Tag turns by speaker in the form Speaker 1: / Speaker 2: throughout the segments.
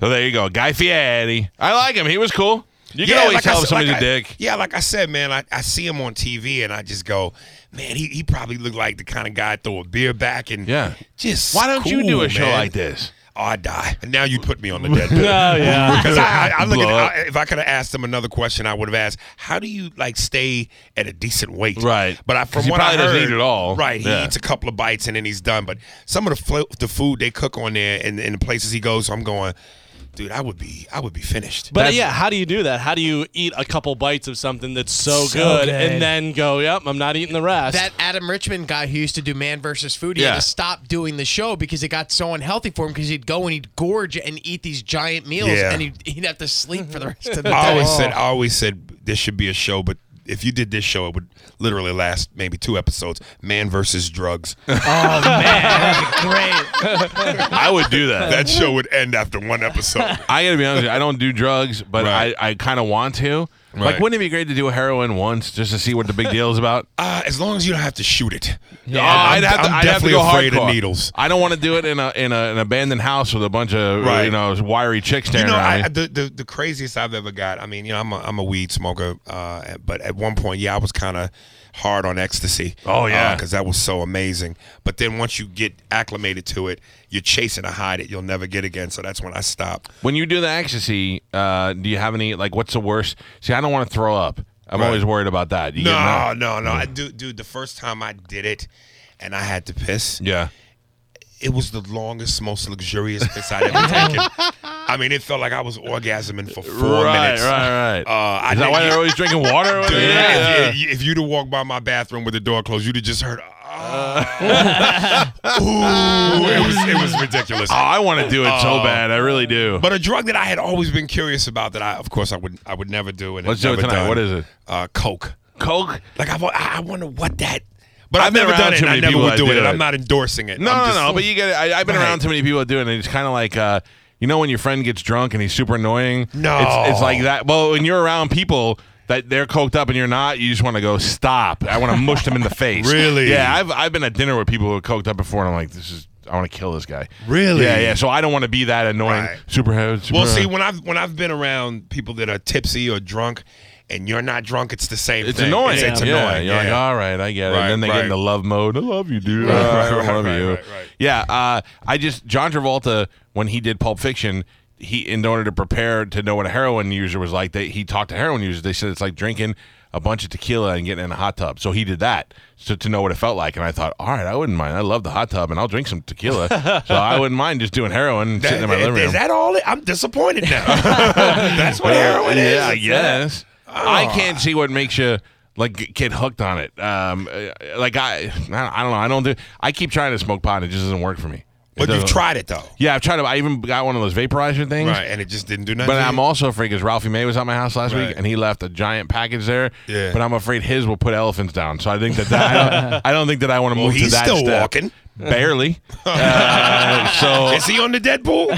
Speaker 1: So there you go, Guy Fieri. I like him. He was cool. You can always
Speaker 2: like I
Speaker 1: tell
Speaker 2: s-
Speaker 1: if somebody's
Speaker 2: like
Speaker 1: a
Speaker 2: I-
Speaker 1: dick.
Speaker 2: Yeah, like I said, man, I, I see him on TV and I just go, man, he, he probably looked like the kind of guy I'd throw a beer back and
Speaker 1: Yeah.
Speaker 2: just.
Speaker 1: Why don't you
Speaker 2: cool,
Speaker 1: do a show
Speaker 2: man.
Speaker 1: like Oh, this?
Speaker 2: Oh, I die. And now you put me on the dead. bed.
Speaker 3: yeah.
Speaker 2: Because I, I, I look at
Speaker 1: Blood.
Speaker 2: I, if I could have asked them another question, I would have asked, "How do you like stay at a decent weight?"
Speaker 1: Right.
Speaker 2: But I,
Speaker 1: 'Cause
Speaker 2: from
Speaker 1: he
Speaker 2: what
Speaker 1: probably
Speaker 2: I heard,
Speaker 1: doesn't eat at all.
Speaker 2: Right. He
Speaker 1: Yeah.
Speaker 2: eats a couple of bites and then he's done. But some of the flo- the food they cook on there and, and the places he goes, I'm going, dude, I would be I would be finished.
Speaker 3: But
Speaker 1: That's-
Speaker 3: yeah, how do you do that? How do you eat a couple bites of something that's so,
Speaker 4: So
Speaker 3: good,
Speaker 4: good.
Speaker 3: and then go, "Yep, I'm not eating the rest."
Speaker 4: That Adam Richmond guy who used to do Man versus Food, he
Speaker 1: Yeah.
Speaker 4: had to stop doing the show because it got so unhealthy for him because he'd go and he'd gorge and eat these giant meals
Speaker 2: Yeah.
Speaker 4: and he'd, he'd have to sleep for the rest of the day.
Speaker 2: I always said I always said this should be a show, but. If you did this show, it would literally last maybe two episodes. Man versus drugs.
Speaker 1: I would do that.
Speaker 2: That show would end after one episode.
Speaker 1: I gotta be honest with you, I don't do drugs, but
Speaker 2: Right.
Speaker 1: I, I kind of want to. Like,
Speaker 2: Right.
Speaker 1: wouldn't it be great to do heroin once just to see what the big deal is about?
Speaker 2: Uh, as long as you don't have to shoot it.
Speaker 1: Oh,
Speaker 2: I'm- I'm definitely afraid of needles.
Speaker 1: I don't want to do it in a in a, an abandoned house with a bunch of
Speaker 2: Right.
Speaker 1: you know wiry chicks
Speaker 2: You
Speaker 1: staring
Speaker 2: know,
Speaker 1: at
Speaker 2: I,
Speaker 1: me.
Speaker 2: I- the, the the craziest I've ever got. I mean, you know, I'm a, I'm a weed smoker, uh, but at one point, yeah, I was kind of hard on ecstasy.
Speaker 1: Oh, yeah.
Speaker 2: because that was so amazing. But then once you get acclimated to it, you're chasing a high that you'll never get again. So that's when I stopped.
Speaker 1: when you do the ecstasy, uh, do you have any like what's the worst? See, I don't want to throw up. I'm
Speaker 2: Right.
Speaker 1: always worried about that. You get
Speaker 2: No,
Speaker 1: mad.
Speaker 2: no, no. I do, dude. The first time I did it, and I had to piss.
Speaker 1: Yeah.
Speaker 2: It was the longest, most luxurious piss I'd ever taken. I mean, it felt like I was orgasming for four
Speaker 1: right,
Speaker 2: minutes.
Speaker 1: right, right,
Speaker 2: Uh,
Speaker 1: Is
Speaker 2: I
Speaker 1: that
Speaker 2: didn't
Speaker 1: why
Speaker 2: get-
Speaker 1: they're always drinking water?
Speaker 2: Dude,
Speaker 1: Yeah.
Speaker 2: If, if, if you'd have walked by my bathroom with the door closed, you'd have just heard.
Speaker 1: Uh.
Speaker 2: "Ah." Ooh, it was it was ridiculous.
Speaker 1: Oh, I want to do it so bad. I really do.
Speaker 2: But a drug that I had always been curious about that I, of course, I would I would never do. And
Speaker 1: Let's do
Speaker 2: have
Speaker 1: it
Speaker 2: never
Speaker 1: tonight.
Speaker 2: done,
Speaker 1: What is it?
Speaker 2: Uh, Coke.
Speaker 1: Coke.
Speaker 2: Like I've, I I wonder what that. But I've,
Speaker 1: I've been
Speaker 2: never
Speaker 1: around
Speaker 2: done it.
Speaker 1: too
Speaker 2: and I
Speaker 1: many
Speaker 2: never
Speaker 1: people
Speaker 2: would
Speaker 1: that
Speaker 2: do
Speaker 1: do
Speaker 2: it. and
Speaker 1: it.
Speaker 2: I'm not endorsing it.
Speaker 1: No,
Speaker 2: I'm
Speaker 1: no,
Speaker 2: just-
Speaker 1: no. But you get it. I, I've been
Speaker 2: Right.
Speaker 1: around too many people that do it, and it's kind of like, uh, you know, when your friend gets drunk and he's super annoying.
Speaker 2: No.
Speaker 1: it's, it's like that. Well, when you're around people that they're coked up and you're not, you just want to go stop. I want to mush them in the face.
Speaker 2: Really?
Speaker 1: Yeah, I've I've been at dinner with people who are coked up before, and I'm like, this is. I want to kill this guy.
Speaker 2: Really?
Speaker 1: Yeah, yeah. So I don't want to be that annoying
Speaker 2: Right.
Speaker 1: superhead. Super
Speaker 2: Well, see, when I've when I've been around people that are tipsy or drunk, and you're not drunk, it's the same.
Speaker 1: It's
Speaker 2: thing.
Speaker 1: annoying.
Speaker 2: It's, it's
Speaker 1: yeah.
Speaker 2: annoying.
Speaker 1: You're like,
Speaker 2: yeah.
Speaker 1: all right, I get it. and
Speaker 2: Right,
Speaker 1: then they get
Speaker 2: right.
Speaker 1: into love mode. I love you, dude.
Speaker 2: Right,
Speaker 1: I
Speaker 2: right,
Speaker 1: love
Speaker 2: right,
Speaker 1: you.
Speaker 2: right, right.
Speaker 1: Yeah. Uh, I just John Travolta when he did Pulp Fiction. He, in order to prepare to know what a heroin user was like, they, he talked to heroin users. They said it's like drinking a bunch of tequila and getting in a hot tub. So he did that so to know what it felt like. And I thought, all right, I wouldn't mind. I love the hot tub and I'll drink some tequila. so I wouldn't mind just doing heroin and sitting in my
Speaker 2: That-
Speaker 1: living room.
Speaker 2: Is that all? It, I'm disappointed now. That's what heroin is. Ah.
Speaker 1: Yeah, I guess. I can't see what makes you like g- get hooked on it. Um, uh, like I, I don't know. I don't do. I keep trying to smoke pot. and It just doesn't work for me. It
Speaker 2: But you've
Speaker 1: doesn't-
Speaker 2: tried it though,
Speaker 1: Yeah, I've tried to. I even got one of those vaporizer things.
Speaker 2: right? And it just didn't do nothing.
Speaker 1: But I'm also afraid because Ralphie May was at my house last
Speaker 2: Right.
Speaker 1: week and he left a giant package there.
Speaker 2: Yeah.
Speaker 1: But I'm afraid his will put elephants down. So I think that, that I, don't, I don't think that I want to
Speaker 2: Well,
Speaker 1: move to
Speaker 2: he's
Speaker 1: that
Speaker 2: still
Speaker 1: step.
Speaker 2: walking.
Speaker 1: Barely. Uh, so
Speaker 2: Is he on the Deadpool?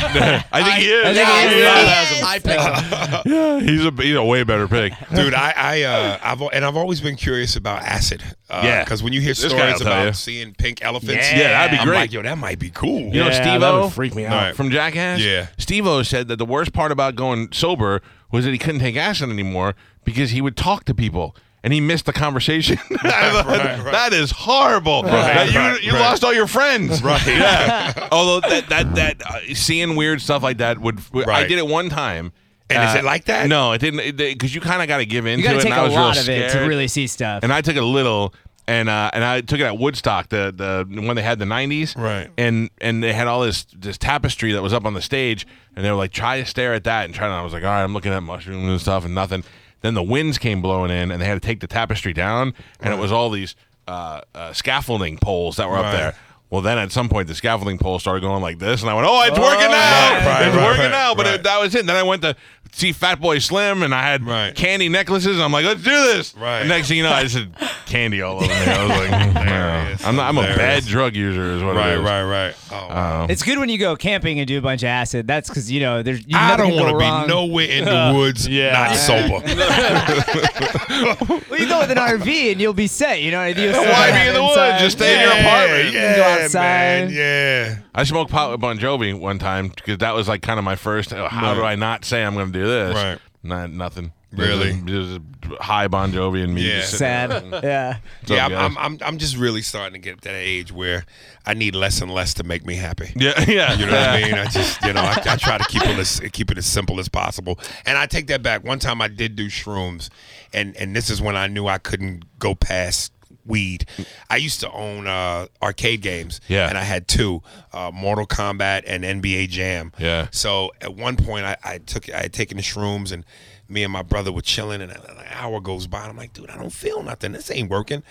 Speaker 1: I think he is.
Speaker 4: I,
Speaker 1: Yeah.
Speaker 4: I picked him.
Speaker 1: Yeah, he's a he's a way better pick.
Speaker 2: Dude, I, I, uh, I've al- and I've always been curious about acid. Uh,
Speaker 1: Yeah.
Speaker 2: because when you hear
Speaker 1: This guy will
Speaker 2: stories
Speaker 1: tell
Speaker 2: about
Speaker 1: you.
Speaker 2: seeing pink elephants,
Speaker 1: Yeah, that'd be
Speaker 2: I'm
Speaker 1: great.
Speaker 2: like, yo, that might be cool.
Speaker 1: You know,
Speaker 3: Yeah,
Speaker 1: Steve
Speaker 3: that
Speaker 1: O
Speaker 3: would freak me out.
Speaker 2: Right.
Speaker 1: from Jackass.
Speaker 2: Yeah.
Speaker 1: Steve O said that the worst part about going sober was that he couldn't take acid anymore because he would talk to people and he missed the conversation. I thought,
Speaker 2: right, right.
Speaker 1: That is horrible. That you
Speaker 2: right,
Speaker 1: you
Speaker 2: right.
Speaker 1: lost all your friends.
Speaker 2: Right.
Speaker 1: Yeah. Although that that that uh, seeing weird stuff like that would I
Speaker 2: Right.
Speaker 1: did it one time.
Speaker 2: And is it like that?
Speaker 1: No, it didn't. Because you kind of got to give in
Speaker 5: You
Speaker 1: to
Speaker 5: got
Speaker 1: it.
Speaker 5: to take
Speaker 1: and I
Speaker 5: a
Speaker 1: was real
Speaker 5: lot of it to
Speaker 1: scared.
Speaker 5: really see stuff.
Speaker 1: And I took a little, and uh, and I took it at Woodstock, the the when they had the '90s,
Speaker 2: Right.
Speaker 1: And and they had all this this tapestry that was up on the stage, and they were like, try to stare at that, and try to. I was like, all right, I'm looking at mushrooms and stuff, and nothing. Then the winds came blowing in, and they had to take the tapestry down, and it was all these uh, uh, scaffolding poles that were up
Speaker 2: Right.
Speaker 1: there. Well, then at some point the scaffolding pole started going like this, and I went, "Oh, it's working now!
Speaker 2: right, right,
Speaker 1: it's
Speaker 2: right,
Speaker 1: working
Speaker 2: right,
Speaker 1: now!" But
Speaker 2: right.
Speaker 1: it, that was it. Then I went to see Fat Boy Slim, and I had
Speaker 2: Right.
Speaker 1: candy necklaces. I'm like, "Let's do this!"
Speaker 2: Right.
Speaker 1: And next thing you know, I just had candy all over me. I was like, "Wow."
Speaker 2: it is.
Speaker 1: "I'm, not, I'm a
Speaker 2: There it
Speaker 1: bad
Speaker 2: is.
Speaker 1: drug user," is what
Speaker 2: Right,
Speaker 1: it is.
Speaker 2: right, right. Oh,
Speaker 1: Uh,
Speaker 2: wow.
Speaker 5: It's good when you go camping and do a bunch of acid. That's because you know there's. You
Speaker 2: I
Speaker 5: never
Speaker 2: don't
Speaker 5: can go
Speaker 2: want to be
Speaker 5: wrong.
Speaker 2: nowhere in the woods, not sober.
Speaker 5: Well, you go with an RV and you'll be set. You know, why be
Speaker 1: Why be in the woods? Just stay in your apartment.
Speaker 5: You can go
Speaker 2: man,
Speaker 5: outside.
Speaker 2: yeah.
Speaker 1: I smoked pot with Bon Jovi one time because that was like kind of my first. oh, How do I not say I'm going to do this?
Speaker 2: Right.
Speaker 1: Not nothing.
Speaker 2: Really?
Speaker 1: It was, it was high Bon Jovi and me.
Speaker 2: Yeah.
Speaker 1: just sitting there.
Speaker 5: Sad. Yeah.
Speaker 1: So,
Speaker 2: yeah, I'm,
Speaker 1: guys-
Speaker 2: I'm, I'm, I'm just really starting to get up to that age where I need less and less to make me happy.
Speaker 1: Yeah, yeah.
Speaker 2: You know what I mean? I just, you know, I, I try to keep it as keep it as simple as possible. And I take that back. One time I did do shrooms, and and this is when I knew I couldn't go past weed. I used to own uh, arcade games,
Speaker 1: Yeah.
Speaker 2: and I had two, uh, Mortal Kombat and NBA Jam.
Speaker 1: Yeah.
Speaker 2: So at one point, I, I took I had taken the shrooms, and me and my brother were chilling, and an hour goes by, and I'm like, dude, I don't feel nothing. This ain't working.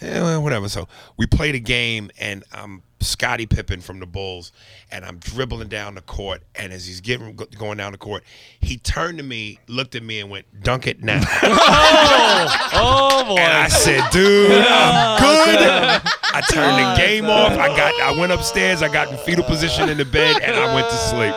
Speaker 2: Eh, well, whatever. So we played a game, and I'm Scottie Pippen from the Bulls, and I'm dribbling down the court, and as he's getting go- going down the court, he turned to me, looked at me, and went, "Dunk it now."
Speaker 3: Oh boy.
Speaker 2: And I said, dude, I'm good. I turned the game off. I got I went upstairs, I got in fetal position in the bed, and I went to sleep.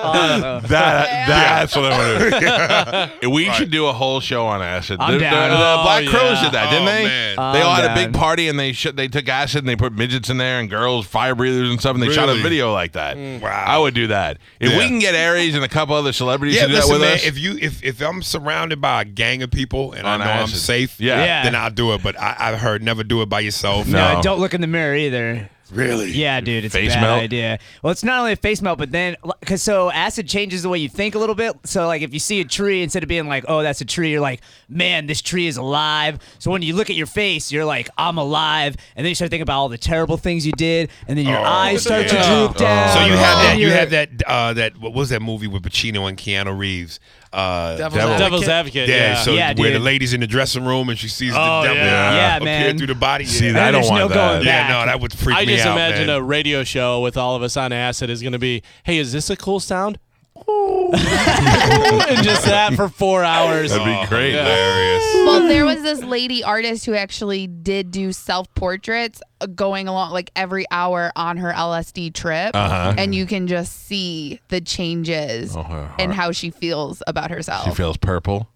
Speaker 1: that, that's what I want to do. We should do a whole show on acid.
Speaker 5: I'm
Speaker 1: The- the-
Speaker 5: down.
Speaker 1: The, Black
Speaker 3: Oh,
Speaker 1: Crows
Speaker 3: yeah.
Speaker 1: did that, didn't
Speaker 2: Oh,
Speaker 1: they?
Speaker 2: man.
Speaker 1: They all
Speaker 5: I'm
Speaker 1: had a big
Speaker 5: down.
Speaker 1: party and they sh- they took acid and they put midgets in there and girls fire breathers and stuff and they shot a
Speaker 2: Really?
Speaker 1: video like that.
Speaker 2: Wow.
Speaker 1: I would do that if we
Speaker 2: Yeah.
Speaker 1: can get Aries and a couple other celebrities
Speaker 2: Yeah,
Speaker 1: to do
Speaker 2: listen,
Speaker 1: that with
Speaker 2: man.
Speaker 1: us. Oh,
Speaker 2: If you if if I'm surrounded by a gang of people and
Speaker 1: On
Speaker 2: I know I'm
Speaker 1: acid.
Speaker 2: safe,
Speaker 1: Yeah.
Speaker 5: Yeah.
Speaker 2: then I'll do it. But I, I've heard never do it by yourself.
Speaker 1: No.
Speaker 5: No, and don't look in the mirror either.
Speaker 2: Really?
Speaker 5: Yeah, dude, it's
Speaker 1: Face
Speaker 5: a bad
Speaker 1: melt?
Speaker 5: idea. Well, it's not only a face melt, but then because so acid changes the way you think a little bit. So like if you see a tree, instead of being like, "Oh, that's a tree," you're like, "Man, this tree is alive." So when you look at your face, you're like, "I'm alive," and then you start thinking about all the terrible things you did, and then your
Speaker 2: Oh,
Speaker 5: eyes start
Speaker 2: yeah. Oh.
Speaker 5: to
Speaker 1: Oh.
Speaker 5: droop down.
Speaker 2: So you
Speaker 5: and
Speaker 2: have that. You
Speaker 5: you're-
Speaker 2: have that. Uh, that what was that movie with Pacino and Keanu Reeves? Uh,
Speaker 4: Devil's
Speaker 1: Devil.
Speaker 3: Devil's advocate.
Speaker 2: yeah,
Speaker 3: Yeah.
Speaker 2: So
Speaker 5: Yeah,
Speaker 2: where the
Speaker 5: dude.
Speaker 2: lady's in the dressing room and she sees
Speaker 3: Oh,
Speaker 2: the devil
Speaker 3: yeah.
Speaker 1: Yeah,
Speaker 2: appear
Speaker 5: man.
Speaker 2: through the body.
Speaker 1: See,
Speaker 2: yeah.
Speaker 1: I don't
Speaker 5: there's
Speaker 1: want
Speaker 5: no
Speaker 1: that.
Speaker 5: going
Speaker 1: Yeah.
Speaker 5: back.
Speaker 2: Yeah, no, that would freak
Speaker 3: I
Speaker 2: me
Speaker 3: just
Speaker 2: out.
Speaker 3: imagine
Speaker 2: man.
Speaker 3: a radio show with all of us on acid is going to be, "Hey, is this a cool sound?" and just that for four hours.
Speaker 1: That'd
Speaker 5: Oh,
Speaker 1: be great.
Speaker 2: hilarious.
Speaker 6: Well, there was this lady artist who actually did do self portraits going along like every hour on her LSD trip.
Speaker 1: Uh-huh.
Speaker 6: And you can just see the changes
Speaker 1: Oh, her
Speaker 6: and
Speaker 1: heart.
Speaker 6: how she feels about herself.
Speaker 1: She feels purple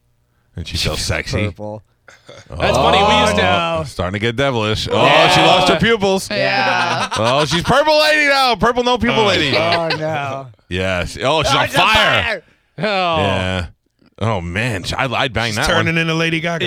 Speaker 1: and she feels sexy.
Speaker 5: Purple.
Speaker 3: That's funny. We used to.
Speaker 5: no.
Speaker 1: Starting to get devilish. Oh, she lost her pupils.
Speaker 6: yeah.
Speaker 1: Oh, she's purple lady now. Purple no pupil lady.
Speaker 5: Oh no.
Speaker 1: Yes. Oh, she's on
Speaker 5: It's a
Speaker 1: fire.
Speaker 3: Oh.
Speaker 1: Yeah. Oh man, Sh- I'd, I'd bang
Speaker 2: She's
Speaker 1: that
Speaker 2: turning
Speaker 1: one.
Speaker 2: into Lady Gaga.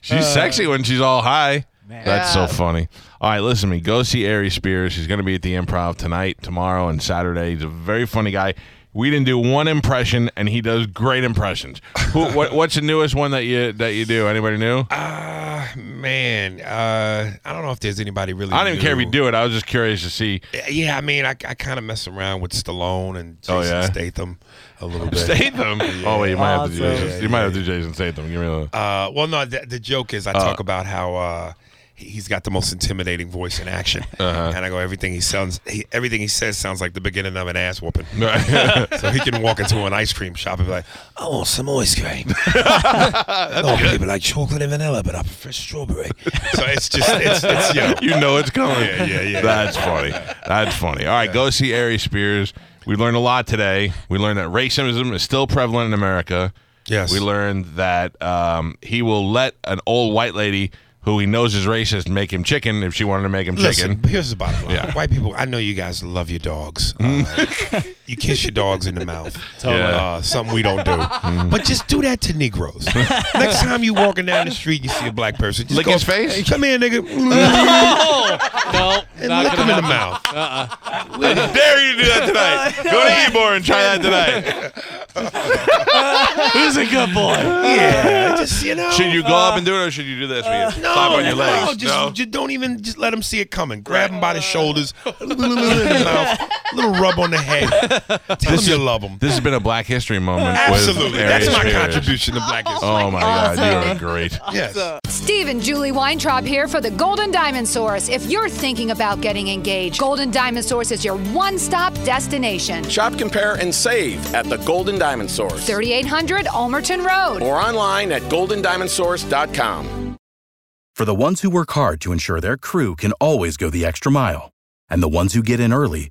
Speaker 1: She's sexy when she's all high. That's so
Speaker 6: Yeah.
Speaker 1: funny. All right, listen to me. Go see Ari Spears. He's going to be at the Improv tonight, tomorrow, and Saturday. He's a very funny guy. We didn't do one impression, and he does great impressions. Who, what, what's the newest one that you that you do? Anybody new? I
Speaker 2: Ah, man, uh, I don't know if there's anybody really.
Speaker 1: don't even care if
Speaker 2: new.
Speaker 1: you do it. I was just curious to see.
Speaker 2: Yeah, I mean, I, I kind of mess around with Stallone and Jason
Speaker 1: Oh, yeah?
Speaker 2: Statham a little bit.
Speaker 1: Statham. Oh wait, you might have to do
Speaker 5: Awesome.
Speaker 1: Jason. You might have to do Jason Statham. Give me a.
Speaker 2: uh, well, no, the, the joke is I talk about how uh, he- he's got the most intimidating voice in action,
Speaker 1: Uh-huh.
Speaker 2: and I go everything he sounds, he, everything he says sounds like the beginning of an ass whooping. so he can walk into an ice cream shop and be like, "I want some ice cream." no, people like chocolate and vanilla, but I prefer strawberry. so it's just, it's, it's you know,
Speaker 1: you know it's coming.
Speaker 2: Yeah, yeah, yeah.
Speaker 1: That's funny. That's funny. All right, go see Ari Spears. We learned a lot today. We learned that racism is still prevalent in America.
Speaker 2: Yes.
Speaker 1: We learned that um, he will let an old white lady who he knows is racist make him chicken if she wanted to make him
Speaker 2: Listen,
Speaker 1: chicken.
Speaker 2: here's the bottom line.
Speaker 1: Yeah.
Speaker 2: White people, I know you guys love your dogs. Uh,
Speaker 1: Mm.
Speaker 2: you kiss your dogs in the mouth.
Speaker 3: Totally.
Speaker 2: Uh, something we don't do.
Speaker 1: Mm.
Speaker 2: But just do that to Negroes. Next time you walking down the street and you see a black person, just
Speaker 1: Lick
Speaker 2: go,
Speaker 1: his face?
Speaker 2: Come here, nigga.
Speaker 3: Oh. No.
Speaker 2: and
Speaker 3: Not
Speaker 2: lick
Speaker 3: gonna
Speaker 2: him in the
Speaker 3: happen.
Speaker 2: mouth.
Speaker 1: I dare you to do that tonight. Go to Ebor and try that tonight.
Speaker 3: Who's a good boy?
Speaker 2: yeah. Just, you know.
Speaker 1: Should you go up and do it or should you do this? Where you
Speaker 2: Uh, no,
Speaker 1: slap on your legs?
Speaker 2: no, just, just don't even just let them see it coming. Grab him by the shoulders, in the mouth, little rub on the head. Tell them you love them.
Speaker 1: This has been a Black History moment.
Speaker 2: Absolutely.
Speaker 1: With
Speaker 2: That's
Speaker 1: Arius
Speaker 2: my
Speaker 1: Spears.
Speaker 2: contribution to Black History.
Speaker 1: Oh my God, you are great.
Speaker 2: yes.
Speaker 7: Steve and Julie Weintraub here for the Golden Diamond Source. If you're thinking about getting engaged, Golden Diamond Source is your one stop destination.
Speaker 8: Shop, compare, and save at the Golden Diamond Source
Speaker 7: 3800 Almerton Road.
Speaker 8: or online at goldendiamondsource.com.
Speaker 9: For the ones who work hard to ensure their crew can always go the extra mile, and the ones who get in early